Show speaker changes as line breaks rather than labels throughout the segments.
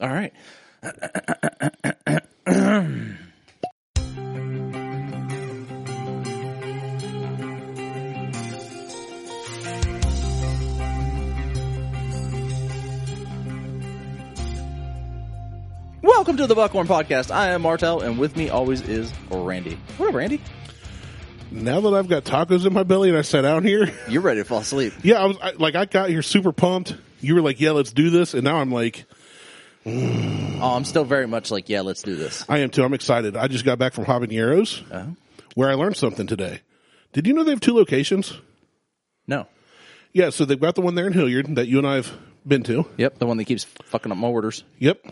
All right. Welcome to the Buckhorn Podcast. I am Martel, and with me always is Randy. What up, Randy?
Now that I've got tacos in my belly and I sat down here,
You're ready to fall asleep.
yeah, I was I, like, I got here super pumped. You were like, "Yeah, let's do this," and now I'm like,
Oh, I'm still very much like, yeah, let's do this.
I am too. I'm excited. I just got back from Habaneros,
Uh-huh.
where I learned something today. Did you know they have two locations?
No.
Yeah, so they've got the one there in Hilliard that you and I have been to.
Yep, the one that keeps fucking up my orders.
Yep,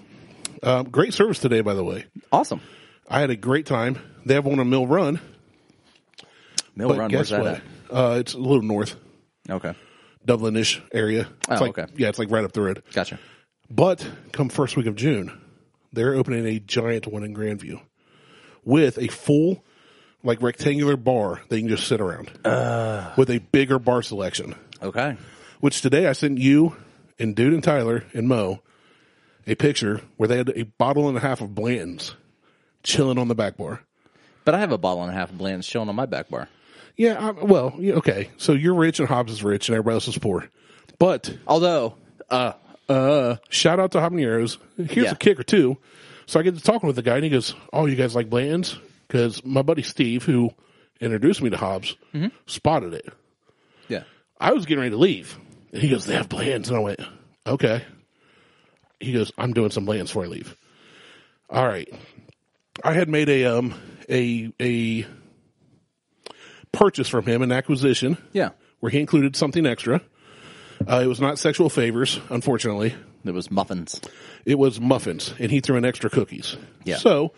um, great service today, by the way.
Awesome.
I had a great time. They have one on Mill Run,
Mill
but
Run, where's
guess
that
what? Uh, it's a little north,
at? Okay.
Dublinish area. It's
Oh,
like,
okay.
Yeah, it's like right up the road.
Gotcha.
But come first week of June, they're opening a giant one in Grandview with a full, like rectangular bar that you can just sit around with a bigger bar selection.
Okay.
Which today I sent you and Dude and Tyler and Mo a picture where they had a bottle and a half of Blanton's chilling on the back bar.
But I have a bottle and a half of Blanton's chilling on my back bar.
Yeah, I, well, yeah, okay. So you're rich and Hobbs is rich and everybody else is poor. But
Although, uh, uh,
shout out to Habaneros. Here's
Yeah.
a kicker too. So I get to talking with the guy, and he goes, "Oh, you guys like Blanton's?" Because my buddy Steve, who introduced me to Hobbs,
Mm-hmm.
spotted it.
yeah.
I was getting ready to leave, and he goes, "They have Blanton's," and I went, "Okay." He goes, "I'm doing some Blanton's before I leave." All right, I had made a um a a purchase from him, an acquisition
Yeah.
where he included something extra. Uh, it was not sexual favors, unfortunately.
There was muffins.
it was muffins and he threw in extra cookies.
Yeah.
So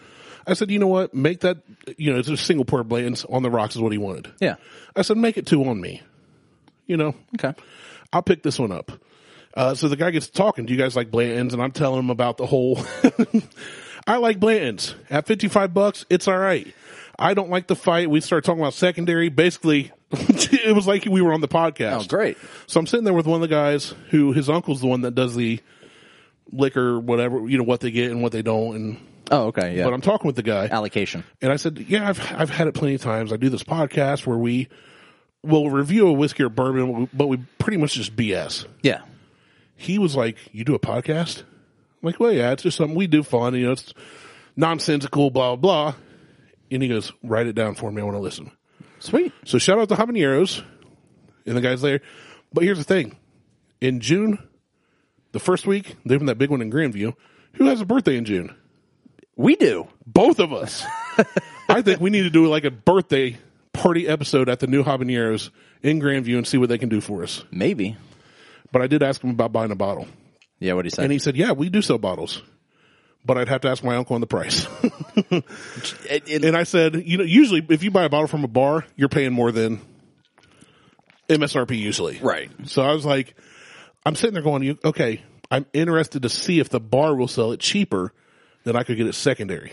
I said, you know what? Make that, you know, it's a single pour Blanton's on the rocks is what he wanted.
Yeah.
I said, make it two on me. You know,
Okay.
I'll pick this one up. Uh, so the guy gets talking. Do you guys like Blanton's? And I'm telling him about the whole. I like Blanton's at 55 bucks. It's all right. I don't like the fight. We started talking about secondary. Basically, it was like we were on the podcast.
Oh, great.
So I'm sitting there with one of the guys who his uncle's the one that does the liquor, whatever, you know, what they get and what they don't. And,
Oh, okay. Yeah.
but I'm talking with the guy
Allocation.
and I said, yeah, I've, I've had it plenty of times. I do this podcast where we will review a whiskey or bourbon, but we pretty much just BS.
Yeah.
He was like, you do a podcast? I'm like, well, yeah, it's just something we do fun. You know, it's nonsensical, blah, blah, blah. And he goes, write it down for me. I want to listen.
Sweet.
So shout out to Habaneros and the guys there. But here's the thing. In June, the first week, they have that big one in Grandview. Who has a birthday in June?
We do.
Both of us. I think we need to do like a birthday party episode at the new Habaneros in Grandview and see what they can do for us.
Maybe.
But I did ask him about buying a bottle.
Yeah. What do you say?
And he said, yeah, we do sell bottles. But I'd have to ask my uncle on the price.
It- it-
and I said, you know, usually if you buy a bottle from a bar, you're paying more than MSRP usually.
right.
So I was like, I'm sitting there going, "You- okay, I'm interested to see if the bar will sell it cheaper than I could get it secondary.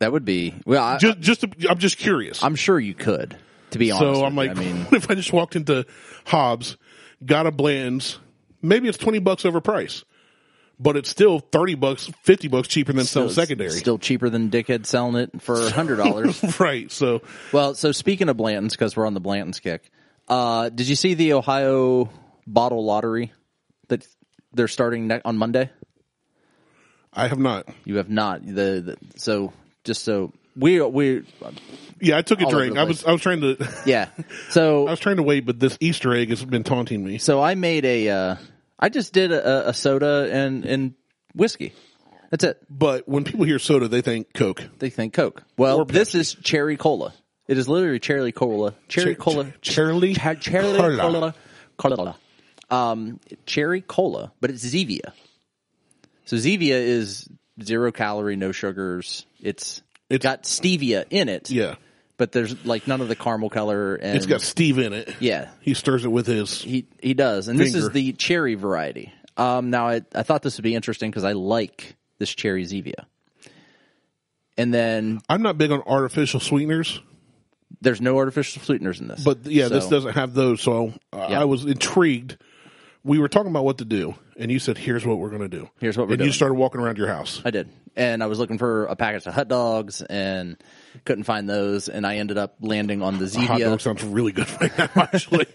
That would be. Well, I,
Just, just to, I'm just curious.
I'm sure you could. To be honest.
so
with
I'm
you.
like,
I mean,
what if I just walked into Hobbs, got a Bland's, maybe it's 20 bucks overpriced, but it's still 30 bucks, 50 bucks cheaper than selling secondary.
Still cheaper than dickhead selling it for hundred dollars.
right. So
well, so speaking of Blanton's, because we're on the Blanton's kick. Uh, did you see the Ohio bottle lottery that they're starting ne- on Monday?
I have not.
You have not. The, the so just so we we
Yeah, I took a
over
drink.
the
I was, I was trying to,
yeah. So
I was trying to wait, but this Easter egg has been taunting me.
So I made a, uh, I just did a, a soda and, and whiskey. That's it.
But when people hear soda, they think Coke.
They think Coke. Well,
Or
this is cherry cola. It is literally cherry cola. Cherry
Cher-
cola.
ch- cherry
Ch- cherry cola.
cola.
Cola. Um, cherry cola, but it's Zevia. So Zevia is zero calorie, no sugars. It's,
It's-
got stevia in it.
Yeah.
But there's like none of the caramel color and
It's got Steve in it.
yeah.
He stirs it with his.
He he does, and this is
Finger.
the cherry variety. Um, now I, I thought this would be interesting because I like this cherry Zevia. And then
I'm not big on artificial sweeteners,
there's no artificial sweeteners in this,
but yeah, this
So,
doesn't have those. So uh,
Yeah.
I was intrigued we were talking about what to do, and you said, "Here's what we're going to do."
Here's what we're
and
doing.
you started walking around your house.
I did. And I was looking for a package of hot dogs and couldn't find those. And I ended up landing on the
Hot
Zevia.
dog sounds really good right now, actually.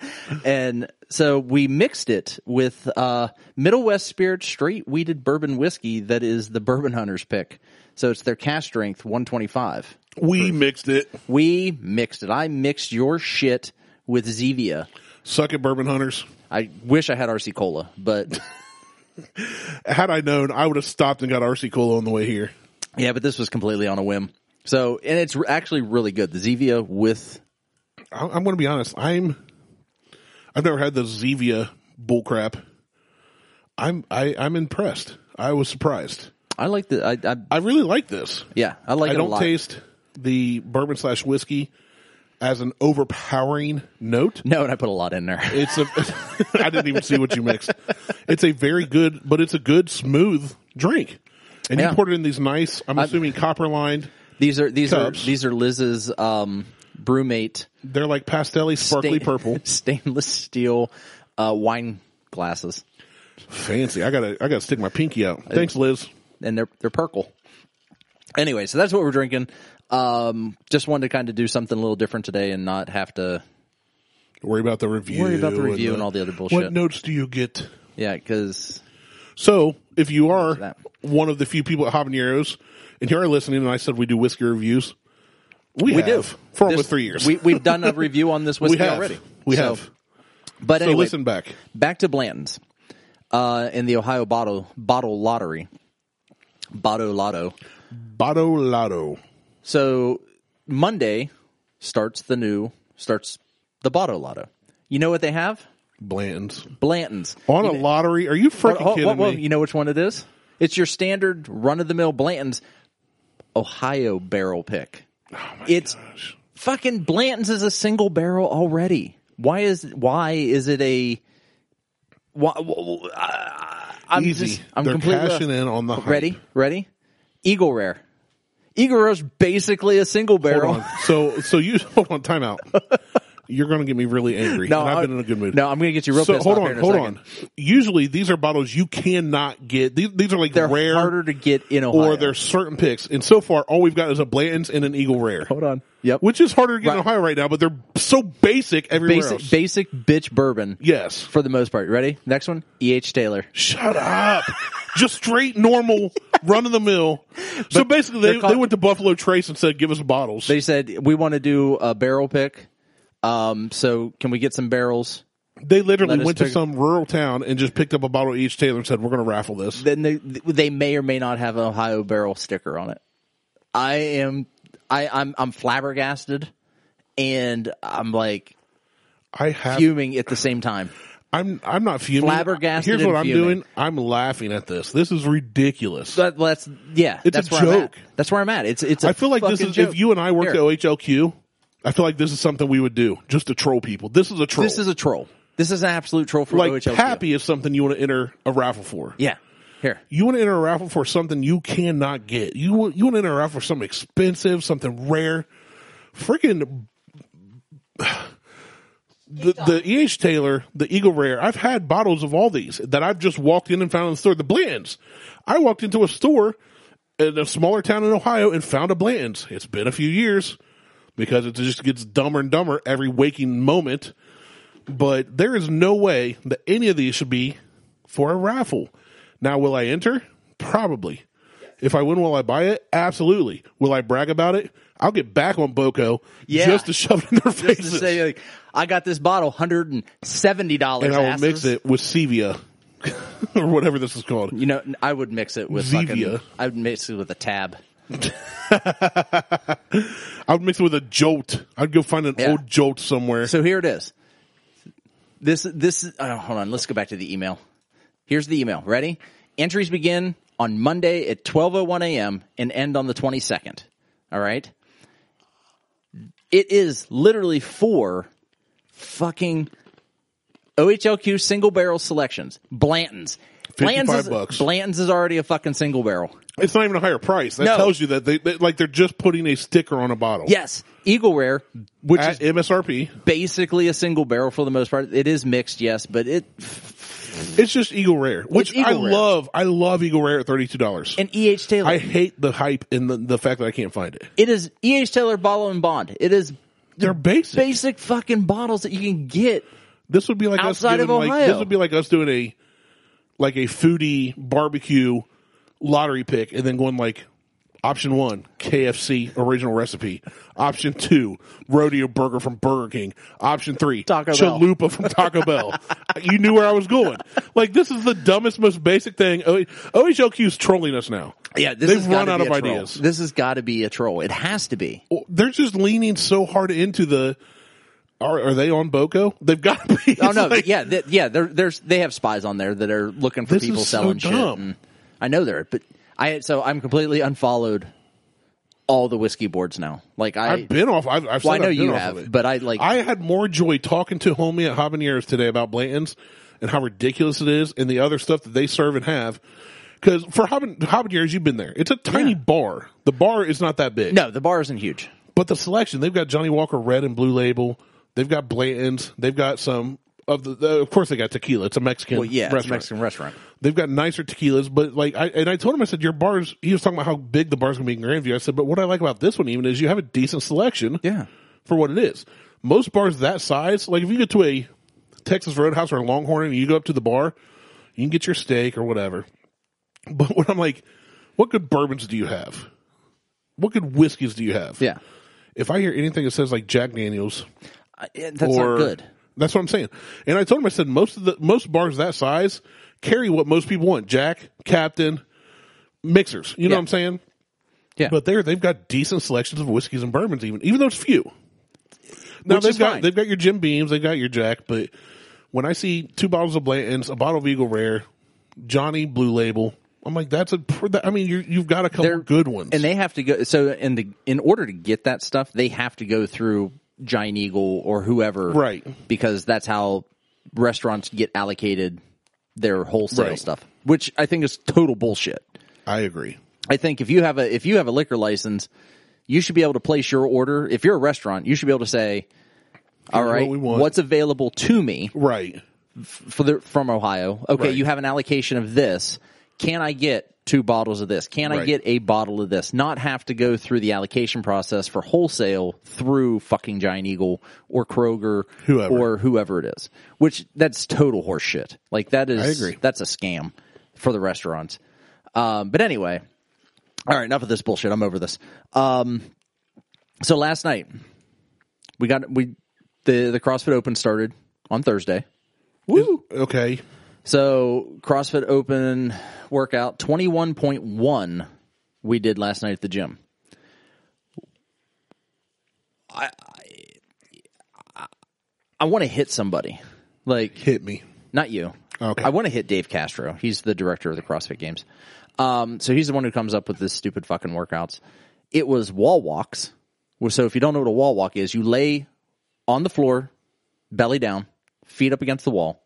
And so we mixed it with uh, Middle West Spirit straight wheated bourbon whiskey that is the Bourbon Hunter's pick. So it's their cash strength 125.
we mixed it.
We mixed it. I mixed your shit with Zevia.
Suck it, bourbon hunters.
I wish I had RC Cola, but
Had I known, I would have stopped and got RC Cola on the way here.
yeah, but this was completely on a whim. So, and it's actually really good. The Zevia with
I- I'm going to be honest. I'm. I've never had the Zevia bullcrap. I'm. I, I'm impressed. I was surprised.
I like the I, I
I really like this.
yeah I like
I
it a
don't
lot.
taste the bourbon slash whiskey as an overpowering note.
no, and I put a lot in there.
It's a. I didn't even see what you mixed. It's a very good, but it's a good smooth drink. And
Yeah.
you poured it in these nice. I'm assuming copper lined.
These are these
Cups.
are these are Liz's um, brewmate
They're like pastelly,
stain-
sparkly purple.
stainless steel uh, wine glasses,
Fancy. I gotta. I gotta stick my pinky out.
Uh,
Thanks, Liz.
and they're they're purple. Anyway, so that's what we're drinking. Um, just wanted to kind of do something a little different today and not have to
Worry about the review.
Worry about the review and all the other
What
bullshit.
notes do you get?
yeah because
So, if you are
that.
one of the few people at Habaneros, and you are listening, and I said we do whiskey reviews, we, have for almost
this-
three years.
we we've done a review on this whiskey
We have
already.
We
So-
have.
But
So
anyway,
listen back.
back to Blanton's uh, in the Ohio bottle bottle lottery, bottle lotto.
Bado Lado.
So Monday starts the new starts the bottle lotto. You know what they have?
Blanton's.
Blanton's.
On a lottery? Are you freaking
Oh,
kidding
whoa, whoa,
me?
you know which one it is? It's your standard run of the mill Blanton's Ohio barrel pick.
Oh
it's fucking Blanton's is a single barrel already. Why is why is it a why, wh- wh- I- I'm
Easy.
just I'm
They're
completely uh,
cashing in on the hype.
ready ready Eagle Rare. Eagle Rare's basically a single
Hold
barrel.
on. So, so you hold on. Time out. You're going to get me really angry.
No,
and I've
I-
been in a good mood.
No, I'm going to get you real
So
pissed
hold
off here in
on,
a
hold
second.
on. Usually these are bottles you cannot get. These, these are like
They're
rare
harder to get in Ohio.
or there's certain picks. And so far, all we've got is a Blanton's and an Eagle Rare,
hold on. Yep.
which is harder to get in
Right.
Ohio right now. But they're so basic everywhere
basic
else.
basic bitch bourbon.
yes.
for the most part. Ready? Next one, E.H. Taylor.
Shut up. Just straight normal run of the mill. So basically, they,
they're called-
they went to Buffalo Trace and said, "Give us bottles."
They said we want to do a barrel pick. Um, so can we get some barrels?
They literally
Let us
went to
pick-
some rural town and just picked up a bottle of each Taylor and said, "We're going to raffle this."
Then they they may or may not have an Ohio barrel sticker on it. I am I I'm I'm flabbergasted, and I'm like
I have.
fuming at the same time.
I'm I'm not fuming.
Flabbergasted
Here's what
and
I'm
fuming.
doing. I'm laughing at this. This is ridiculous.
But that's yeah.
It's a
that's where I'm at.
joke.
That's where I'm at. It's it's. I
I feel like this is if you and I worked
Here.
at OHLQ. I feel like this is something we would do just to troll people. This is a troll.
This is a troll. This is an absolute troll for
like
OHLQ.
happy is something you want to enter a raffle for.
Yeah. Here.
You want to enter a raffle for something you cannot get. You want, you want to enter a raffle for something expensive, something rare. Freaking the the EH Taylor, the Eagle Rare. I've had bottles of all these that I've just walked in and found in the store. The Blantons. I walked into a store in a smaller town in Ohio and found a Blantons. It's been a few years because it just gets dumber and dumber every waking moment. But there is no way that any of these should be for a raffle. Now, will I enter? Probably. If I win, will I buy it? Absolutely. Will I brag about it? I'll get back on Boco
Yeah.
just to shove it in
to
their faces.
say like, I got this bottle, hundred and seventy dollars.
and I will mix it with Sevia or whatever this is called.
You know, I would mix it with
Zevia.
fucking. I would mix it with a tab.
I would mix it with a jolt. I'd go find an
Yeah.
old jolt somewhere.
So here it is. This this oh, hold on. Let's go back to the email. Here's the email. Ready? Entries begin on Monday at 12:01 a.m. and end on the 22nd. All right. It is literally four fucking OHLQ single barrel selections. Blanton's.
55
Blanton's is,
bucks.
Blanton's is already a fucking single barrel.
it's not even a higher price. That
No.
tells you that they, they like they're just putting a sticker on a bottle.
Yes, Eagle Rare, which is
At MSRP.
Mm-hmm. basically a single barrel for the most part. It is mixed, yes, but it
It's just Eagle Rare, which
Eagle
I
Rare.
love. I love Eagle Rare at thirty two dollars.
And E.H. Taylor.
I hate the hype and the, the fact that I can't find it.
it is E.H. Taylor bottle and bond. It is
They're basic.
basic fucking bottles that you can get.
This would be like
Outside
us
of
doing like
Ohio.
this would be like us doing a like a foodie barbecue lottery pick and then going like option one, KFC original recipe. Option two, rodeo burger from Burger King. Option three,
Taco Bell.
chalupa from Taco Bell. You knew where I was going. Like this is the dumbest, most basic thing. O- OHLQ is trolling us now.
Yeah, this
They've
has
run
gotta
out
be
of
a troll.
ideas.
This has got to be a troll. It has to be.
They're just leaning so hard into the are, are they on Boco? They've got to be.
Oh no,
It's like-
yeah, th- yeah. There, there's they have spies on there that are looking for
This
people
is so
selling shit.
dumb.
and I know they're, but I so I'm completely unfollowed all the whiskey boards now. Like I,
I've been off. I've, I've
well, I
said
know
I've been
you
off
have,
of it.
but I like
I had more joy talking to homie at Habaneros today about Blanton's and how ridiculous it is and the other stuff that they serve and have. Because for Haban- Habaneros, you've been there. It's a tiny
Yeah.
bar. The bar is not that big.
no. The bar isn't huge.
But the selection, they've got Johnny Walker Red and Blue Label. They've got Blanton's. They've got some of the, the- of course they got tequila. It's a Mexican
Well, yeah, it's a
restaurant.
Mexican restaurant.
They've got nicer tequilas, but like I and I told him I said your bars. He was talking about how big the bar's gonna be in Grandview. I said, but what I like about this one even is you have a decent selection.
Yeah.
for what it is. Most bars that size, like if you go to a Texas Roadhouse or a Longhorn and you go up to the bar, you can get your steak or whatever. But when I'm like, what good bourbons do you have? What good whiskeys do you have?
Yeah,
If I hear anything that says like Jack Daniels
I, yeah, that's
or
not good.
That's what I'm saying. And I told him I said most of the most bars that size carry what most people want. Jack, Captain, mixers. You know
Yeah.
what I'm saying?
Yeah.
But there they've got decent selections of whiskeys and bourbons even even though it's few. Now
Which
they've
is
got
fine.
they've got your Jim Beams, they've got your Jack, but when I see two bottles of Blanton's, a bottle of Eagle Rare, Johnny Blue Label, I'm like that's a pr- that- I mean you you've got a couple
They're-
good ones.
and they have to go. So in the in order to get that stuff, they have to go through Giant Eagle or whoever,
Right.
Because that's how restaurants get allocated their wholesale
Right.
stuff, which I think is total bullshit.
I agree.
I think if you have a if you have a liquor license, you should be able to place your order. If you're a restaurant, you should be able to say, "All
what
right,
we want."
what's available to me
Right.
for the from Ohio? Okay,
Right.
you have an allocation of this. Can I get two bottles of this? Can I
Right.
get a bottle of this? Not have to go through the allocation process for wholesale through fucking Giant Eagle or Kroger
Whoever.
or whoever it is. Which that's total horseshit. Like that is
I agree.
that's a scam for the restaurants. Um, but anyway, all right, enough of this bullshit. I'm over this. Um, so last night we got we the the CrossFit Open started on Thursday.
Woo. Okay.
So CrossFit Open workout 21.1 we did last night at the gym. I I, I want to hit somebody. Like
Hit me.
not you.
Okay.
I want to hit Dave Castro. He's the director of the CrossFit Games. Um, so he's the one who comes up with this stupid fucking workouts. It was wall walks. Well, So if you don't know what a wall walk is, you lay on the floor, belly down, feet up against the wall,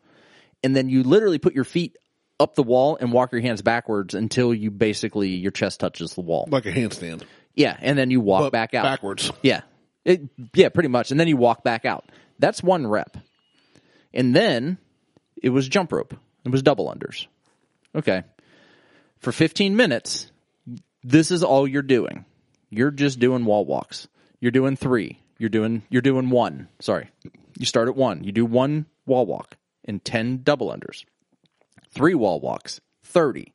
and then you literally put your feet up the wall and walk your hands backwards until you basically your chest touches the wall.
Like a handstand.
Yeah, and then you walk
But
back out.
Backwards.
Yeah. It, yeah, pretty much. And then you walk back out. That's one rep. And then it was jump rope. It was double unders. Okay. For 15 minutes, this is all you're doing. You're just doing wall walks. You're doing 3. You're doing you're doing 1. Sorry. You start at 1. You do 1 wall walk and 10 double unders. 3 wall walks. 30.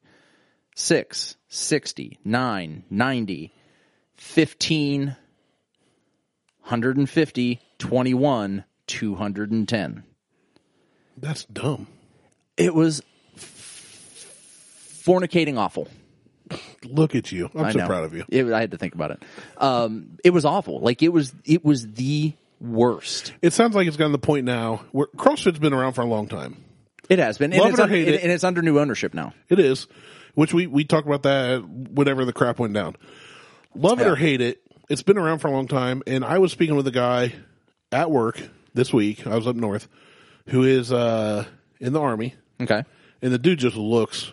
6, 60, 9, 90, 15, 150, 21, 210.
That's dumb.
It was f- fornicating awful.
Look at you. I'm
I
so
know.
proud of you.
It, I had to think about it. Um, it was awful. Like it was, it was the worst.
It sounds like it's gotten to the point now where CrossFit's been around for a long time.
It has been,
Love
and, it's
it or
un-
hate
and-
it.
and it's under new ownership now.
It is, which we, we talked about that whenever the crap went down. Love it or hate it, it's been around for a long time. And I was speaking with a guy at work this week. I was up north who is uh, in the army,
Okay,
and the dude just looks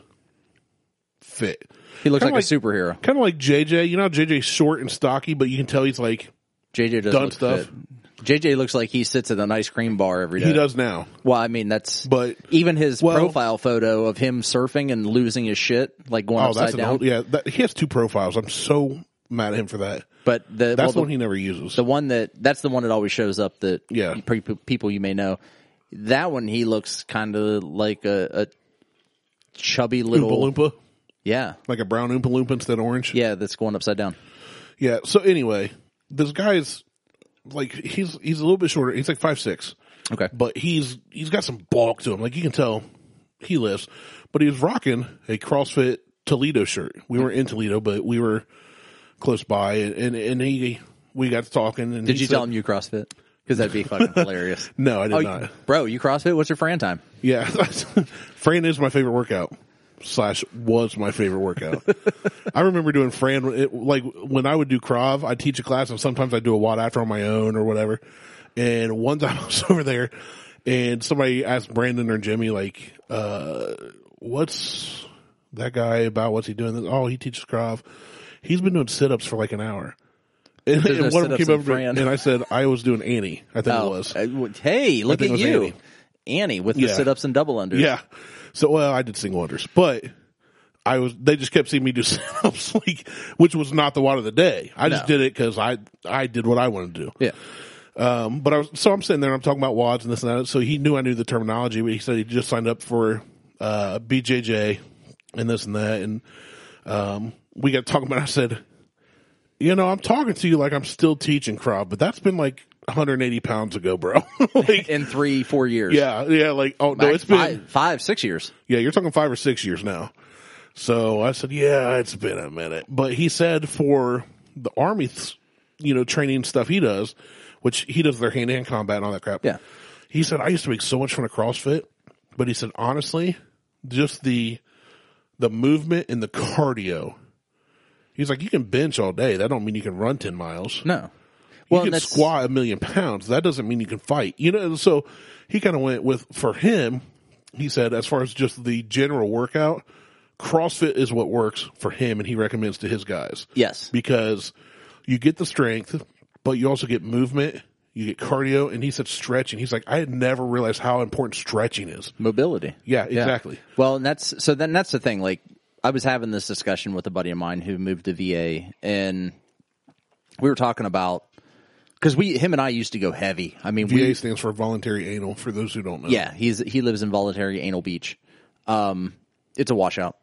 fit.
he looks like,
Kinda
a superhero.
Kind of like JJ. You know, how JJ's short and stocky, but you can tell he's like
JJ does
done
look
stuff.
fit. JJ looks like he sits at an ice cream bar every day.
He does now.
Well, I mean that's
But-
even his
well-
profile photo of him surfing and losing his shit, like going
Oh,
upside
that's an
down.
old, yeah. That, he has two profiles. I'm so mad at him for that.
But the
That's
well,
the
the,
one he never uses.
the one that that's the one that always shows up that
Yeah.
pre- people you may know. That one he looks kind of like a, a chubby little
Oompa Loompa,
yeah
like a brown Oompa Loompa instead of orange.
yeah that's going upside down.
Yeah. So anyway, this guy is like he's he's a little bit shorter. He's like five six,
Okay,
but he's he's got some bulk to him. Like you can tell he lives. But he was rocking a CrossFit Toledo shirt. We were in Toledo, but we were close by, and and he we got to talking. And
did
he
you
said-
tell him you CrossFit? Because that'd be fucking hilarious.
No, I did
Oh,
not.
you- bro, you CrossFit? What's your Fran time?
Yeah, Fran is my favorite workout. Slash was my favorite workout. I remember doing Fran it, like when I would do Krav. I teach a class, and sometimes I do a watt after on my own or whatever. And one time I was over there, and somebody asked Brandon or Jimmy like, uh, "What's that guy about? What's he doing? Oh, he teaches Krav. He's been doing sit ups for like an hour." And,
There's
and
no
one of them
sit-ups
came
in
over to me,
Fran.
and I said I was doing Annie. I think it
Oh,
was.
uh, w- hey, look
think
at
it was
you,
Annie.
Annie, with
Yeah.
the sit-ups and double unders.
Yeah. So well, I did single unders, but I was they just kept seeing me do sit ups, like which was not the water of the day. I just
No.
did it because I I did what I wanted to do.
yeah.
Um, but I was so I'm sitting there and I'm talking about wads and this and that. So he knew I knew the terminology, but he said he just signed up for uh, BJJ and this and that, and um, we got talking about. It. I said, you know, I'm talking to you like I'm still teaching crop, but that's been like 180 pounds ago, bro. like,
in three, four years.
yeah, yeah, like oh no,
Like
it's been
five, five, six years.
yeah, you're talking five or six years now. So I said, yeah, it's been a minute. But he said for the army, th- you know, training stuff he does, which he does their hand to hand combat and all that crap.
Yeah.
He said, I used to make so much fun of CrossFit, but he said, honestly, just the, the movement and the cardio. He's like, you can bench all day. That don't mean you can run 10 miles.
No.
You
and
can
that's-
squat a million pounds. That doesn't mean you can fight. You know, so he kind of went with, for him, he said, as far as just the general workout, CrossFit is what works for him and he recommends to his guys
Yes.
because you get the strength, but you also get movement, you get cardio, and he said stretching. He's like, I had never realized how important stretching is.
Mobility.
Yeah, exactly.
Well, and that's so then that's the thing. Like I was having this discussion with a buddy of mine who moved to VA and we were talking about because we him and I used to go heavy. I mean we
VA stands for voluntary anal for those who don't know.
Yeah, he's he lives in voluntary anal beach. Um it's a washout.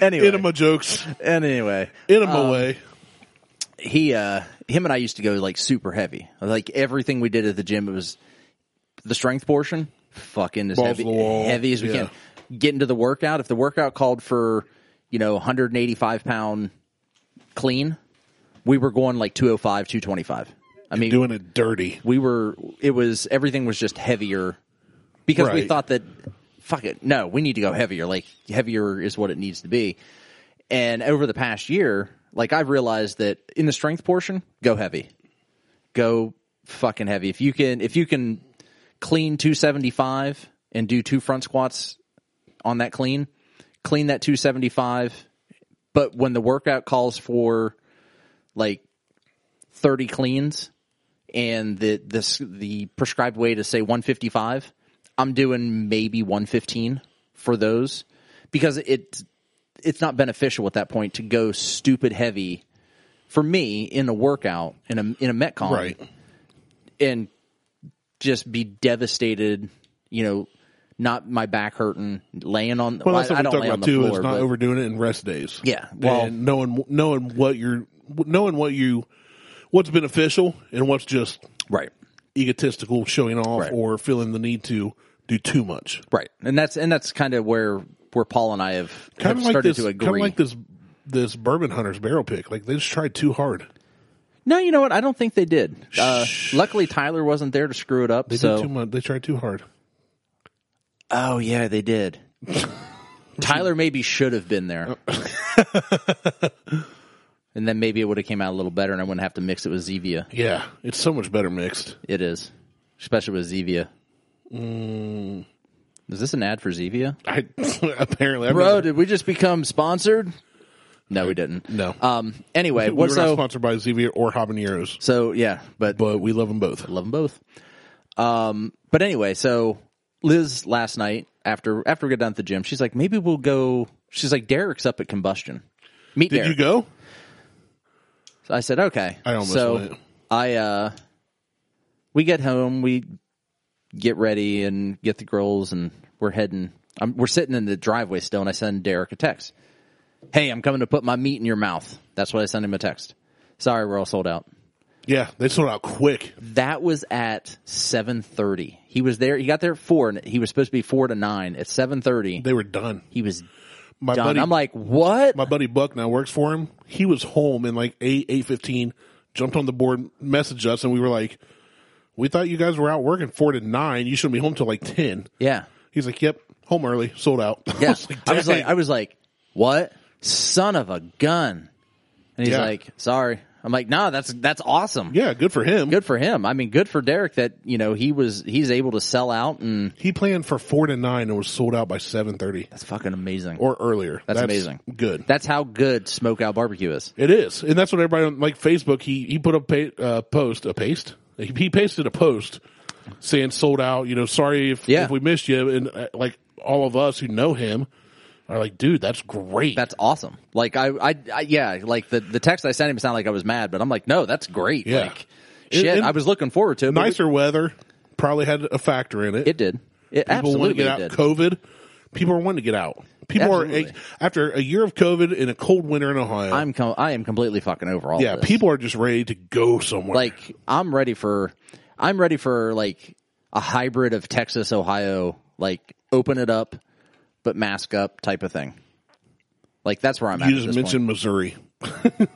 anyway,
Enema jokes.
anyway,
Enema
Um,
way.
he uh him and I used to go like super heavy. Like everything we did at the gym it was the strength portion, fucking as
Balls
heavy,
to the wall,
heavy as we
yeah.
can. Get into the workout. If the workout called for, you know, 185 pound clean, we were going like 205, 225. I mean,
Doing it dirty.
we were it was everything was just heavier because we
Right.
thought that fuck it no we need to go heavier like heavier is what it needs to be and over the past year like i've realized that in the strength portion go heavy go fucking heavy if you can if you can clean 275 and do two front squats on that clean clean that 275 but when the workout calls for like 30 cleans and the this the prescribed way to say 155 i'm doing maybe 115 for those because it it's not beneficial at that point to go stupid heavy for me in a workout in a in a metcon
Right.
and just be devastated you know not my back hurting laying on well,
Well, that's
I, I
what we
don't
talk
lay on
about
the
too
floor
is not
but-
overdoing it in rest days.
Yeah, well-
and knowing knowing what you're knowing what you what's beneficial and what's just
right
egotistical, showing off,
Right.
or feeling the need to do too much.
Right, and that's and that's kind of where where Paul and I have,
Kind
have
of like
started
this.
to
Kind
agree.
of like this. This bourbon hunter's barrel pick. Like they just tried too hard.
no, you know what? I don't think they did. Uh, luckily, Tyler wasn't there to screw it up.
They
so
did too much. They tried too hard.
oh yeah, they did. Tyler maybe should have been there, and then maybe it would have came out a little better, and I wouldn't have to mix it with Zevia.
Yeah, it's so much better mixed.
It is, especially with Zevia.
Mm.
Is this an ad for Zevia?
I apparently, I've
Bro,
never-
did we just become sponsored? No, we didn't.
No.
Um. Anyway,
We were
what
not
so
sponsored by Zevia or Habaneros,
so yeah, but
but we love them both.
love them both. Um. But anyway, so Liz last night after after we got done at the gym, she's like, maybe we'll go. She's like, Derek's up at combustion. Meet
Did
Derek.
you go?
So I said, okay.
I almost
so
went.
I uh we get home, we get ready and get the girls and we're heading I'm, we're sitting in the driveway still and I send Derek a text. Hey, I'm coming to put my meat in your mouth. That's what I sent him a text. Sorry, we're all sold out.
Yeah, they sold out quick.
That was at 7:30. He was there. He got there at 4 and he was supposed to be 4 to 9 at 7:30.
They were done.
He was
My
done.
buddy,
I'm like, "What?"
my buddy Buck now works for him. He was home in like eight eight fifteen. Jumped on the board, messaged us, and we were like, "We thought you guys were out working four to nine. You shouldn't be home till like 10.
yeah.
He's like, "Yep, home early, sold out."
Yeah. I was like, I was like,
"Dang."
what? Son of a gun. And he's
Yeah.
like, sorry. I'm like, no, that's, that's awesome.
"Yeah, good for him.
Good for him. I mean, good for Derek that, you know, he was, he's able to sell out and
He planned for four to nine and was sold out by seven thirty
that's fucking amazing.
or earlier.
That's amazing.
Good.
that's how good smokeout barbecue is.
It is, and that's what everybody on like Facebook. He he put a pa- uh, post, a paste. He, he pasted a post saying sold out. You know, sorry if
Yeah.
if we missed you, and uh, like all of us who know him are like, dude, that's great.
That's awesome. Like I, I, I yeah, like the, the text I sent him sounded like I was mad, but I'm like, no, that's great.
Yeah.
Like shit,
and-
I was looking forward to it. but
Nicer weather probably had a factor in it.
It did. It
People want to
absolutely
get out.
did.
COVID. People are wanting to get out. People
Absolutely.
are after a year of COVID and a cold winter in Ohio.
I'm, com- I am completely fucking over all
yeah,
this.
people are just ready to go somewhere.
like I'm ready for I'm ready for like a hybrid of Texas Ohio like open it up but mask up type of thing. Like that's where I'm at.
you
at
just
this
mentioned Missouri.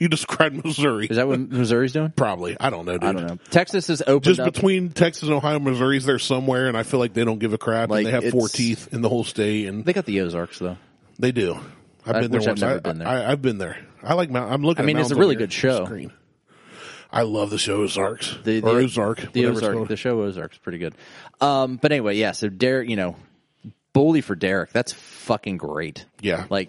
you described Missouri.
point. Is that what Missouri's doing?
Probably. I don't know, dude.
I don't know. Texas is opened
Just
up.
between Texas and Ohio, Missouri's there somewhere, and I feel like they don't give a crap.
Like,
and they have four
it's-
teeth in the whole state, and
they got the Ozarks though.
they do. I've been there.
which I've
once.
never
I,
been there.
I, have been there. I like. Mount, I'm looking.
I mean,
at
it's a
mountains
really
on your
good show.
Screen. I love the show Ozarks
The, the
or Ozark.
The
whatever it's
Ozark.
called.
The show Ozark's pretty good. Um, but anyway, yeah. So Derek, you know, bully for Derek. That's fucking great.
Yeah.
Like,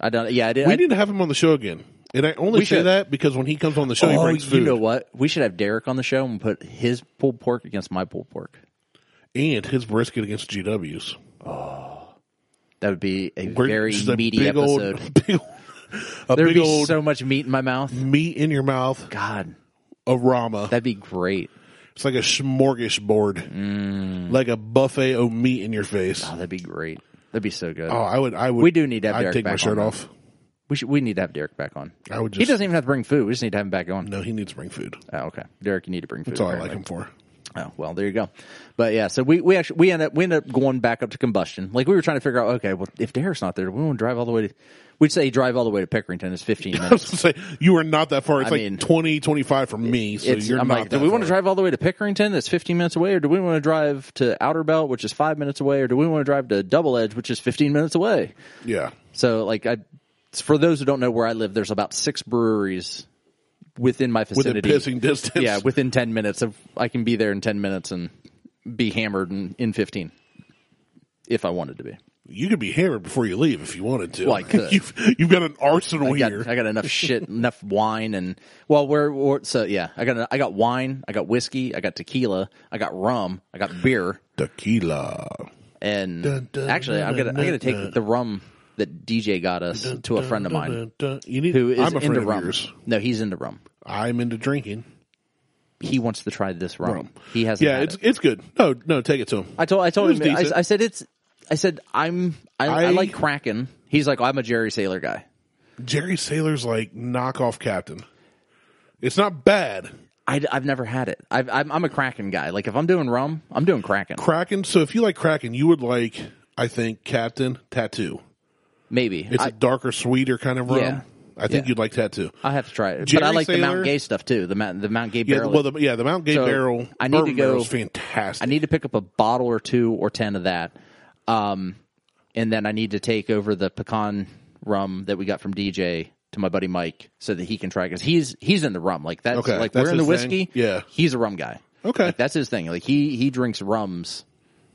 I don't. Yeah, I did.
we
I,
need to have him on the show again, and I only say
should.
that because when he comes on the show, he
oh,
brings food,
you know what? We should have Derek on the show and put his pulled pork against my pulled pork.
and his brisket against GW's.
That would be a
We're-
very
just a
meaty
big old-
episode.
big old- a
There'd
big
be
old
so much meat in my mouth.
meat in your mouth,
God,
a rama.
that'd be great.
It's like a smorgasbord,
Mm.
like a buffet of meat in your face.
Oh, that'd be great. That'd be so good.
Oh, I would. I would.
We do need to have
I'd
Derek
take my
back
shirt
on,
off.
We should. We need to have Derek back on.
I would
he
just.
doesn't even have to bring food. We just need to have him back on.
No, he needs to bring food.
Oh, okay, Derek, you need to bring food.
That's all I
apparently.
like him for.
Oh well, there you go. But yeah, so we we actually we end up we end up going back up to combustion. Like we were trying to figure out, okay, well if Derek's not there, we won't drive all the way to. We'd say drive all the way to Pickerington is fifteen
I was
minutes.
gonna say you are not that far. It's like
mean-
twenty, twenty-five 20, 25 from me. So
It's,
you're
I'm
not
like,
that
do we want to
far.
drive all the way to Pickerington? That's 15 minutes away, or do we want to drive to Outer Belt, which is five minutes away, or do we want to drive to Double Edge, which is 15 minutes away?
Yeah,
So, like, I for those who don't know where I live, there's about six breweries within my
within
vicinity.
pissing distance.
yeah, within 10 minutes of I can be there in 10 minutes and be hammered in, in 15 if I wanted to be.
you could be hammered before you leave if you wanted to.
Well, I could.
you've, you've got an arsenal
got-
here.
I got enough shit, enough wine, and well, we're, we're so yeah. I got I got wine, I got whiskey, I got tequila, I got rum, I got beer,
Tequila.
and
Dun, dun,
actually,
dun,
I'm gonna
dun,
I'm gonna take
dun.
the rum that DJ got us to a friend of
Dun,
mine
dun, dun. You need,
who is
I'm a friend
into
of
rum.
yours.
No, he's into rum.
I'm into drinking.
He wants to try this rum. He hasn't.
Yeah,
had
it's
it.
it's good. No, no, take it to him.
I told I told
It was
him I,
decent.
I said it's I said I'm I, I,
I-
like Kraken. He's like I'm a Jerry Sailor guy.
Jerry Sailor's like knockoff captain. It's not bad.
I, have never had it. I've, I'm, I'm a Kraken guy. Like if I'm doing rum, I'm doing Kraken.
Kraken. So if you like Kraken, you would like, I think, Captain Tattoo.
Maybe
It's a
I,
darker, sweeter kind of rum.
Yeah.
I think
Yeah.
you'd like Tattoo.
I have to try it. but
Jerry
I like the
Sailor-
Mount Gay stuff too. The Mount the Mount Gay
Yeah,
barrel.
well, the, yeah, the Mount Gay
So,
barrel.
I need to
bourbon
go-
barrel's
I
fantastic.
need to pick up a bottle or two or ten of that, um, and then I need to take over the pecan rum that we got from DJ to my buddy Mike so that he can try because he's he's in the rum like that's
Okay,
like
that's
we're in the
his
whiskey.
thing. Yeah.
he's a rum guy.
Okay.
Like, that's his thing. Like he he drinks rums,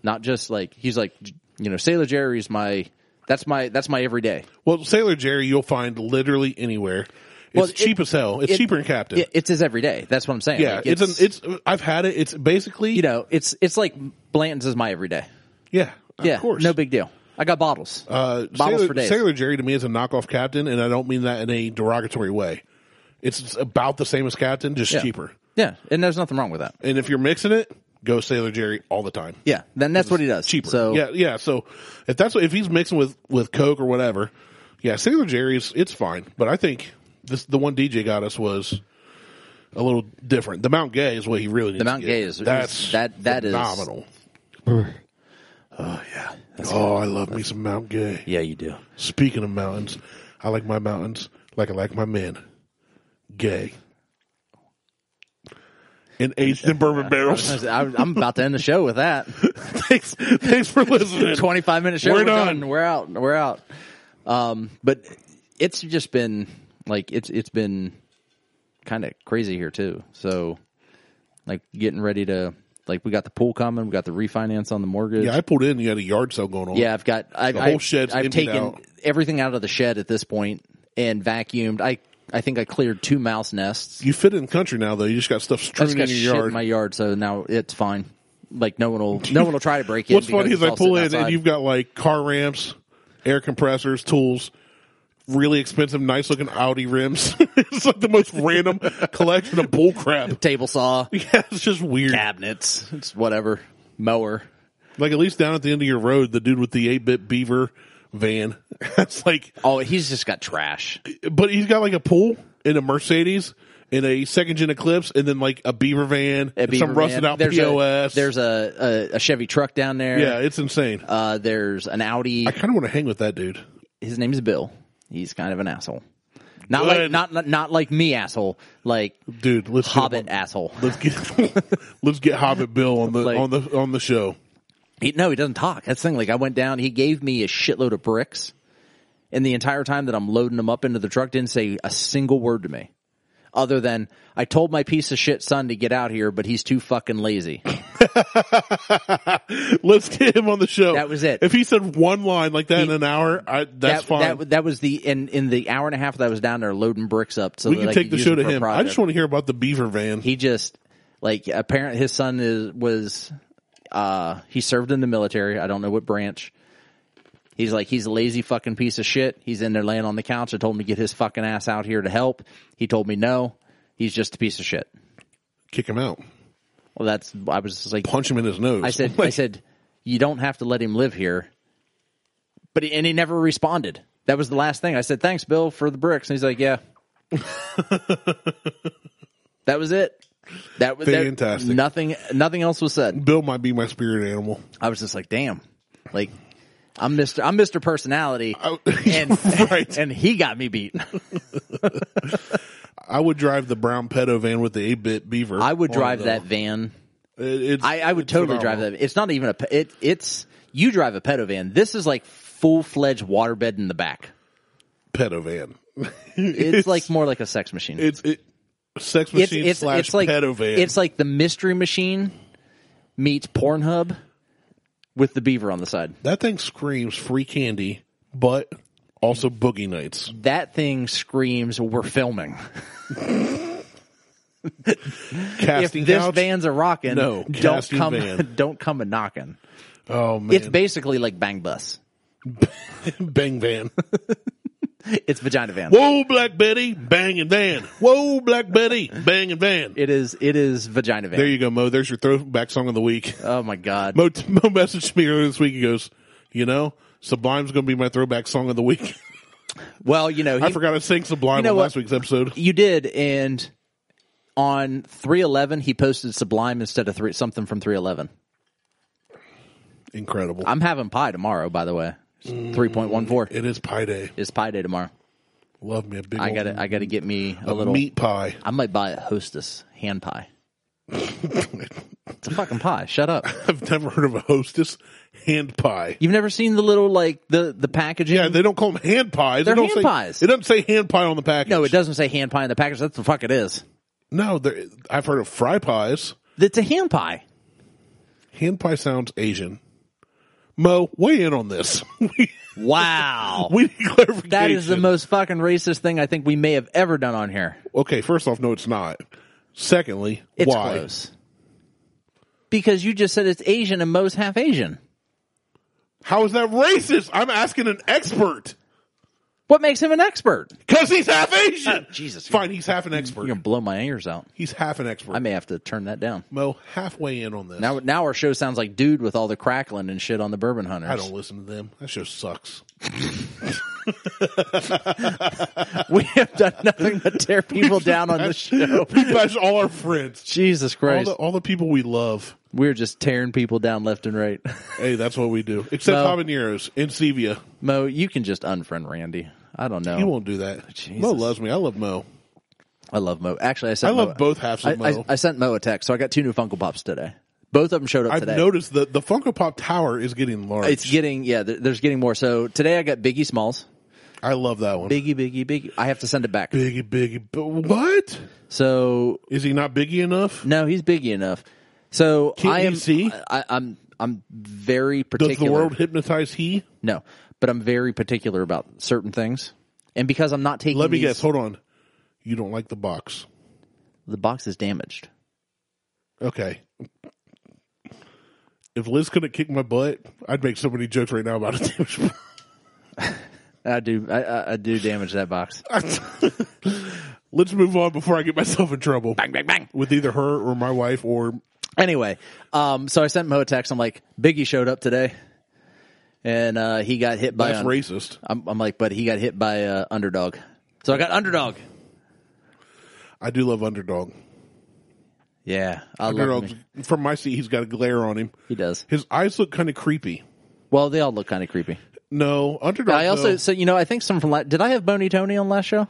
not just like he's like you know Sailor Jerry's my That's my that's my everyday.
Well, Sailor Jerry, you'll find literally anywhere. It's
Well, it-
cheap as hell. It's
it-
cheaper than Captain.
It, it's his everyday. That's what I'm saying.
yeah,
Like,
it's, an, it's. I've had it. It's basically
you know it's it's like Blanton's is my everyday.
yeah, of
Yeah,
course.
no big deal. I got bottles.
Uh,
bottles
Sailor,
for days.
Sailor Jerry to me is a knockoff Captain, and I don't mean that in a derogatory way. It's about the same as Captain, just
Yeah.
cheaper.
Yeah, and there's nothing wrong with that.
And if you're mixing it, go Sailor Jerry all the time.
Yeah, then that's what he does.
cheaper.
So
yeah, yeah. So if that's what, if he's mixing with with Coke or whatever, yeah, Sailor Jerry's it's fine. But I think this the one DJ got us was a little different. The Mount Gay is what he really needs.
the Mount
to
Gay
get.
is
that's
that that is
phenomenal. oh I love me some Mount Gay.
Yeah, you do.
Speaking of mountains, I like my mountains like I like my men, gay. And aged in bourbon barrels.
I- I'm about to end the show with that.
thanks, thanks for listening.
25 minute show.
We're
We're, done.
done.
We're out. We're out. Um, but it's just been like it's it's been kind of crazy here too. So like getting ready to like we got the pool coming. We got the refinance on the mortgage.
Yeah, I pulled in. You had a yard sale going on.
Yeah, I've got I've,
whole
I've,
shed's
I've
emptied
taken
out.
everything out of the shed at this point and vacuumed. I I think I cleared two mouse nests.
You fit in the country now, though. You just got stuff
I
strewn
just got
in your
shit
yard.
in my yard, so now it's fine. Like no one will no one will try to break in.
What's funny
because
is
it's
I
all
pull in
sitting
and
outside.
you've got like car ramps, air compressors, tools, really expensive, nice looking Audi rims. it's like the most random collection of bull crap.
table saw.
Yeah, it's just weird.
cabinets. It's whatever. Mower.
Like at least down at the end of your road, the dude with the eight bit beaver van. That's like,
Oh, he's just got trash.
but he's got like a pool and a Mercedes. And a second gen Eclipse, and then like a beaver van,
A
and
beaver
some rusted
van.
out
there's
POS.
A, there's a, a, a Chevy truck down there.
yeah, it's insane.
Uh, there's an Audi.
I kind of want to hang with that dude.
His name's Bill. He's kind of an asshole. Not
Good.
like not, not not like me asshole. Like
Dude, let's get him
Hobbit
on-
asshole.
Let's get let's get Hobbit Bill on the
Like-
on the on the show.
He, no, he doesn't talk. That's the thing. Like I went down. He gave me a shitload of bricks, and the entire time that I'm loading them up into the truck, didn't say a single word to me, other than I told my piece of shit son to get out here, but he's too fucking lazy.
Let's get him on the show.
That was it.
If he said one line like that in an hour, I, that's
that,
fine.
That, that was the in in the hour and a half that I was down there loading bricks up. So
we
that
can
I
take
could
the
use
show
them
to
for a
him. I
project.
just want to hear about the beaver van.
he just like apparently his son is was uh he served in the military. I don't know what branch. He's like he's a lazy fucking piece of shit. He's in there laying on the couch. I told him to get his fucking ass out here to help. He told me no. He's just a piece of shit.
Kick him out.
Well, that's I was just like
Punch him in his nose.
I said, I said, you don't have to let him live here. But he, and he never responded. That was the last thing I said. Thanks, Bill, for the bricks. And he's like, yeah. that was it. That was that-
Fantastic.
nothing. Nothing else was said.
Bill might be my spirit animal.
I was just like, damn. Like I'm Mister. I'm Mister Personality.
I-
Oh, and
Right.
and he got me beat.
I would drive the brown pedo van with the eight bit beaver.
I would
on
drive
it,
that van.
though. It- it's-
I, I would
it's
totally
phenomenal.
drive that. It's not even a. pe- It, it's you drive a pedo van. This is like full fledged waterbed in the back.
pedo van.
it's, like more like a sex machine.
it's it, sex
it's
machine
it's,
slash
it's like
pedo van.
it's like the mystery machine meets Pornhub with the beaver on the side.
that thing screams free candy, but also boogie nights.
That thing screams, "We're filming." If
Casting
this
couch.
van's a rockin',
No,
don't
casting
come,
van.
don't come a knockin'.
oh man,
It's basically like Bang Bus.
bang van.
It's vagina van.
Whoa, Black Betty, bang and van. Whoa, Black Betty, bang and van.
It is. It is vagina van.
There you go, Mo. There's your throwback song of the week.
oh my god.
Mo, Mo messaged me earlier this week. He goes, you know, Sublime's going to be my throwback song of the week.
well, you know,
I
he-
forgot to sing Sublime
You know
on
what?
last week's episode.
you did, and on three eleven, he posted Sublime instead of three something from three eleven.
Incredible.
I'm having pie tomorrow, by the way. Three point one four
it is Pie Day.
is pie day tomorrow.
Love me a big
I
old
gotta, I gotta get me a
a
little.
meat pie.
I might buy a Hostess hand pie. it's a fucking pie. Shut up.
I've never heard of a hostess hand pie.
You've never seen the little like the the packaging.
Yeah, they don't call them hand pies. They're
hand pies.
It doesn't say hand pie on the package.
no, it doesn't say hand pie in the package. That's the fuck it is.
No, they're- I've heard of fry pies.
It's a hand pie.
Hand pie sounds Asian. Mo, weigh in on this. we,
Wow.
we need clarification.
That is the most fucking racist thing I think we may have ever done on here.
Okay, first off, no, it's not. Secondly,
It's
why?
close. Because you just said it's Asian and Mo's half Asian.
How is that racist? I'm asking an expert
What makes him an expert?
because he's half Asian.
Oh, Jesus.
Fine, he's half an expert.
You're gonna blow my ears out.
He's half an expert.
I may have to turn that down.
Mo, halfway in on this.
Now, now our show sounds like dude with all the crackling and shit on the bourbon hunters.
I don't listen to them. That show sucks.
We have done nothing but tear people down on the show.
we bash all our friends,
Jesus
all
Christ,
the, all the people we love.
we're just tearing people down left and right.
Hey, that's what we do. Except
Mo.
habaneros and Sevia.
Mo, you can just unfriend Randy. I don't know.
He won't do that.
Oh, Jesus.
Mo loves me. I love Mo.
I love Mo. Actually, I
I
sent Mo,
love both halves
I,
of Mo. I,
I, I sent Mo a text, so I got two new Funko Pops today. Both of them showed up
have
today.
noticed that the Funko Pop Tower is getting large.
it's getting yeah. There, there's getting more. So today I got Biggie Smalls.
I love that one.
Biggie, Biggie, Biggie. I have to send it back.
Biggie, Biggie. But what?
So
Is he not Biggie enough?
No, he's biggie enough. So
Can't
I
you
am.
see?
I, I'm. I'm very
Does
particular.
the world hypnotize he?
No, but I'm very particular about certain things, and because I'm not taking.
Let me
these-
guess. Hold on. You don't like the box.
The box is damaged.
Okay. If Liz couldn't kick my butt, I'd make so many jokes right now about it.
I do. I, I, I do damage that box.
Let's move on before I get myself in trouble
Bang bang bang.
with either her or my wife or
Anyway, um, so I sent Mo a text. I'm like, Biggie showed up today, and uh, he got hit by.
that's
an-
racist.
I'm, I'm like, but he got hit by uh, underdog. So I got underdog.
I do love underdog.
Yeah, I love
Underdog
him.
from my seat, he's got a glare on him.
He does.
His eyes look kind of creepy.
Well, they all look kind of creepy.
No, underdog.
I also,
though,
so you know, I think some from last, did I have Boney Tony on last show?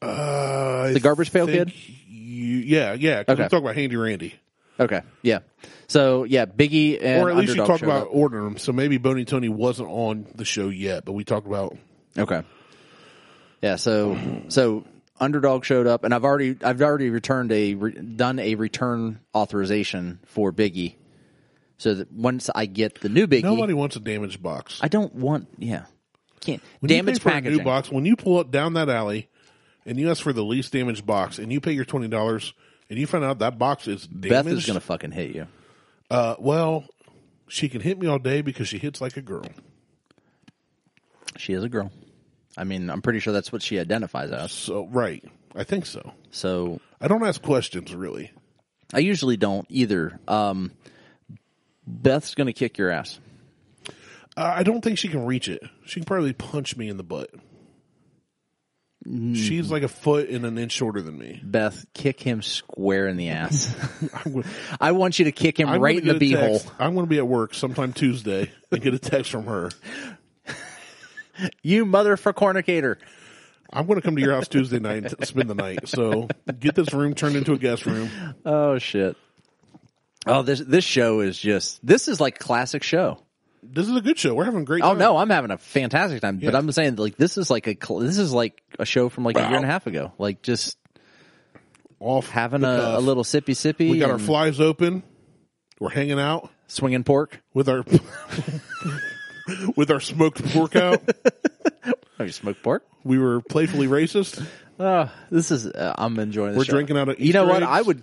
uh,
The garbage pail kid?
You, yeah, yeah. 'cause We
Okay.
talk about Handy Randy,
Okay, yeah. So yeah, Biggie and
or at least you
Underdog
talked
showed
about Ordinum. So maybe Boney Tony wasn't on the show yet, but we talked about
up. okay, yeah. So so Underdog showed up, and I've already I've already returned a re, done a return authorization for Biggie, so that once I get the new Biggie,
nobody wants a damaged box.
I don't want yeah can't
When you
damage
pay for a
packaging.
new box when you pull up down that alley and you ask for the least damaged box and you pay your twenty dollars and you find out that box is
Beth
damaged.
is gonna fucking hit you.
uh, well, she can hit me all day because she hits like a girl.
She is a girl. I mean, I'm pretty sure that's what she identifies as.
So right, I think so.
So
I don't ask questions really.
I usually don't either. Um, Beth's gonna kick your ass.
Uh, I don't think she can reach it. She can probably punch me in the butt.
Mm.
She's like a foot and an inch shorter than me.
Beth, kick him square in the ass.
I'm, gonna-
I want you to kick him
I'm
right in
gonna
the
get a
beehole.
text. I'm going to be at work sometime Tuesday and get a text from her.
You mother for cornicator.
I'm going to come to your house Tuesday night and spend the night. So get this room turned into a guest room.
Oh shit. Oh, this this show is just this is like classic show.
This is a good show. We're having a great.
Oh
time.
no, I'm having a fantastic time. But I'm saying like this is like a cl- this is like a show from like a year and a half ago. Like just
off
having
the
a, a
cuff.
little sippy sippy.
We got our
and
flies open. We're hanging out
swinging pork.
with our with our smoked pork out.
Have you smoked pork?
We were playfully racist.
Oh, this is uh, I'm enjoying. This
We're
show.
drinking out of
You know
Easter
what?
eggs.
I would.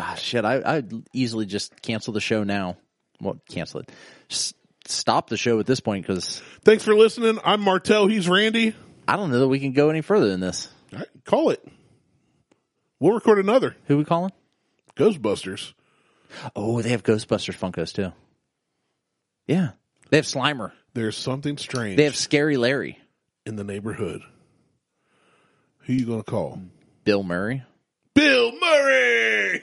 Ah, shit, I I'd easily just cancel the show now. Well, cancel it. S- stop the show at this point because
Thanks for listening. I'm Martell. He's Randy.
I don't know that we can go any further than this.
All right, call it. We'll record another
Who we calling?
Ghostbusters.
Oh, they have Ghostbusters Funkos too. Yeah, they have Slimer.
There's something strange
They have Scary Larry.
in the neighborhood. Who you gonna call?
Bill Murray.
Bill Murray.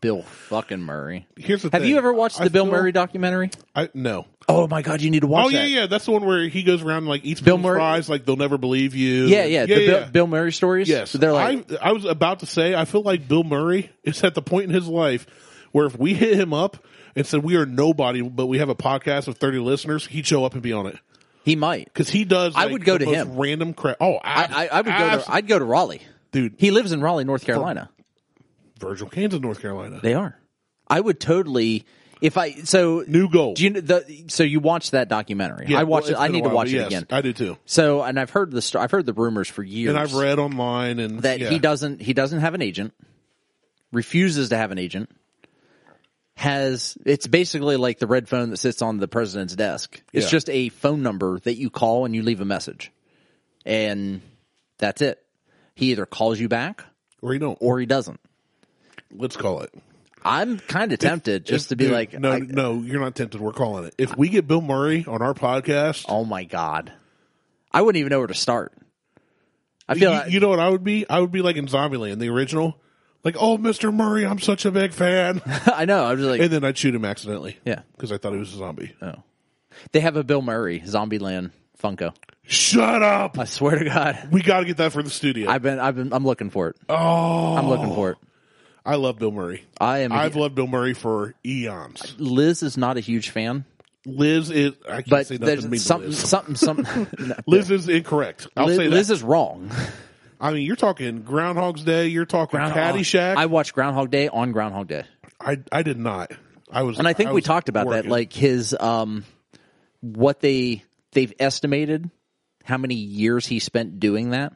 Bill fucking Murray.
Here's the
Have
thing.
you ever watched
I
the Bill
feel-
Murray documentary?
I no.
Oh my god, you need to watch
Oh yeah,
that.
yeah. That's the one where he goes around and, like eats
Bill
Bill
Murray-
fries like they'll never believe you.
yeah, yeah.
yeah.
the Bill,
yeah.
Bill Murray stories.
yes.
So they're like,
I, I was about to say I feel like Bill Murray is at the point in his life where if we hit him up and said we are nobody, but we have a podcast with thirty listeners, he'd show up and be on it
he might.
because he does.
I
like,
would go
the
to
most
him.
Random crap. Oh,
I, I, I would go. To, I'd go to Raleigh,
Dude.
He lives in Raleigh, North Carolina.
Virgil Kane's in North Carolina.
They are. I would totally If I so
New goal.
do you kn- the so you watched that documentary?
Yeah,
I watched
well, it's
it. I
been a
need to
while,
watch
but
it
yes,
again.
I do too.
So and I've heard the sto- I've heard the rumors for years.
And I've read online and
that
yeah.
he doesn't he doesn't have an agent, refuses to have an agent. Has it's basically like the red phone that sits on the president's desk. It's
Yeah.
just a phone number that you call and you leave a message, and that's it. He either calls you back
or you don't. Or
or he doesn't.
let's call it.
I'm kind of tempted just
If-
to be
dude,
like,
no,
I-
no, you're not tempted. We're calling it. If we get Bill Murray on our podcast,
oh my god, I wouldn't even know where to start. I
you,
feel like,
you know what I would be? I would be like in Zombieland, the original. Like, oh, Mr. Murray, I'm such a big fan.
I know. I'm just like,
and then I'd shoot him accidentally.
Yeah. Oh.
Because I thought he was a zombie.
they have a Bill Murray Zombieland Funko.
Shut up.
I swear to God,
We got to get that for the studio.
I've been, I've been, I'm looking for it.
oh,
I'm looking for it.
I love Bill Murray.
I am.
I've loved Bill Murray for eons.
Liz is not a huge fan,
Liz is. I can't
but
say nothing mean
there's something,
to Liz.
something, something. no.
Liz is incorrect. I'll
Liz,
say that.
Liz is wrong.
I mean, you're talking Groundhog's Day. You're talking Caddyshack.
I watched Groundhog Day on Groundhog Day,
I, I did not. I was,
and I think we
was
talked about that,
working.
like his, um, what they they've estimated how many years he spent doing that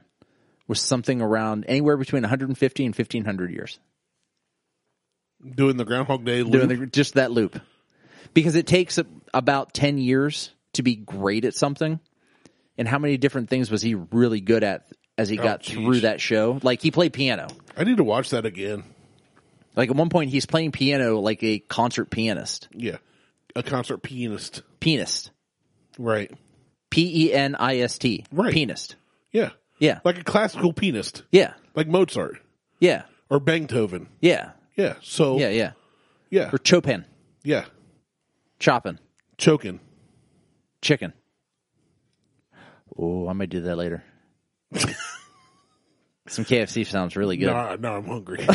was something around anywhere between 150 and 1500 years.
doing the Groundhog Day. Loop.
doing the, just that loop because it takes a- about 10 years to be great at something and how many different things was he really good at as he got
geez.
through that show like he played piano
I need to watch that again.
like at one point he's playing piano like a concert pianist
Yeah, a concert pianist.
pianist E
Right.
p-e-n-i-s-t
Right.
pianist
Yeah.
yeah
Like a classical pianist,
yeah
like Mozart
yeah
or Beethoven.
yeah
Yeah. So
yeah
yeah,
yeah
yeah,
or chopin chopping
choking.
chicken oh i might do that later some kfc sounds really good
Nah, nah, I'm hungry.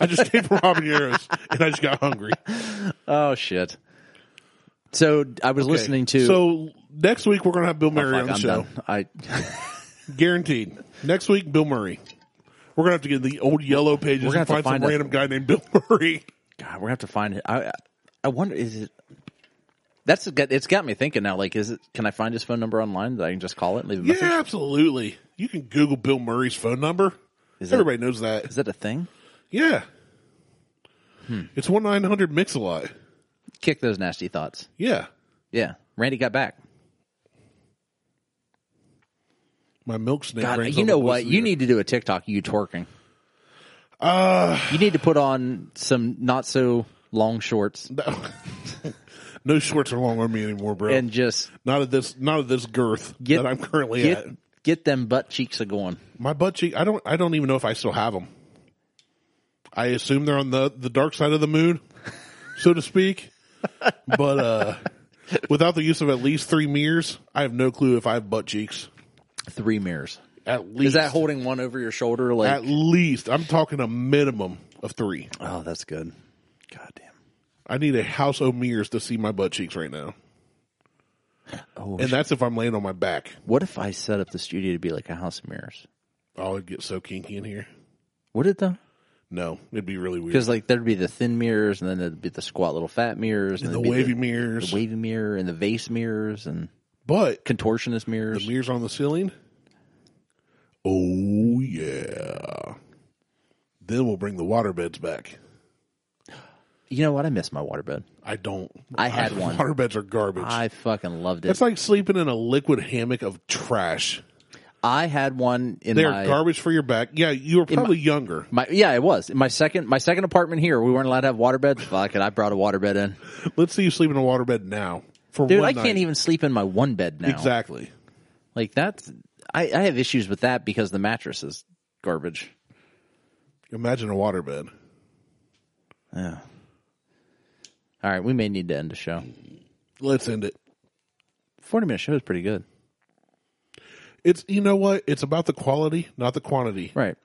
I just came from Robin Yarrows and I just got hungry.
Oh shit. So I was listening to.
So next week we're gonna have Bill
Fuck,
Murray on the
I'm
show,
done. I
guaranteed. Next week, Bill Murray. We're gonna have to get in the old yellow pages
gonna have
and
to
find,
find
some
a-
random guy named Bill Murray.
God, we're gonna have to find it. I I wonder is it. That's got- it's got me thinking now. Like, is it? Can I find his phone number online that I can just call it and leave a
Yeah,
message?
absolutely. You can Google Bill Murray's phone number.
that-
Everybody knows that.
Is that a thing?
Yeah.
Hmm.
It's one nine hundred mix a lot.
Kick those nasty thoughts.
Yeah.
Yeah, Randy got back.
My milk snake.
God,
rings
you
on the
know
voice
what?
of the
You
earth.
need to do a TikTok. of You twerking.
Uh,
You need to put on some not so long shorts
no. no shorts are long on me anymore, bro.
and just
not at this, not at this girth
Get-
that I'm currently
get
at.
get them butt cheeks a going.
My butt cheek. I don't. I don't even know if I still have them. I assume they're on the the dark side of the moon, so to speak. but uh without the use of at least three mirrors, I have no clue if I have butt cheeks.
Three mirrors.
At least
Is that holding one over your shoulder? Like
At least I'm talking a minimum of three.
Oh, that's good. God damn.
I need a house of mirrors to see my butt cheeks right now,
Oh,
and that's if I'm laying on my back.
what if I set up the studio to be like a house of mirrors?
Oh, it'd get so kinky in here.
Would it though?
No, it'd be really weird.
Because like there'd be the thin mirrors, and then there'd be the squat little fat mirrors, and
The
there'd be
wavy
the,
mirrors,
the wavy mirror, and the vase mirrors, and
but
contortionist
the
mirrors.
mirrors on the ceiling. Oh yeah. Then we'll bring the water beds back.
You know what? I miss my waterbed.
I don't.
I had one.
Water beds are garbage.
I fucking loved it.
it's like sleeping in a liquid hammock of trash.
I had one in
They are
my,
garbage for your back. Yeah, you were probably younger.
my yeah, it was in my second my second apartment here. We weren't allowed to have waterbeds. Fuck it, I brought a waterbed in.
Let's see you sleep in a waterbed now. For
Dude,
one
I can't
night.
even sleep in my one bed now.
Exactly.
Like that's I, I have issues with that because the mattress is garbage.
Imagine a waterbed.
All right, we may need to end the show.
Let's end it.
Forty minute show is pretty good,
It's you know what? It's about the quality, not the quantity.
right?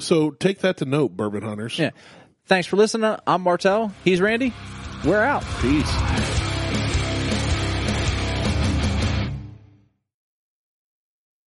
So take that to note, bourbon hunters.
Yeah. Thanks for listening. I'm Martel. He's Randy. We're out.
Peace.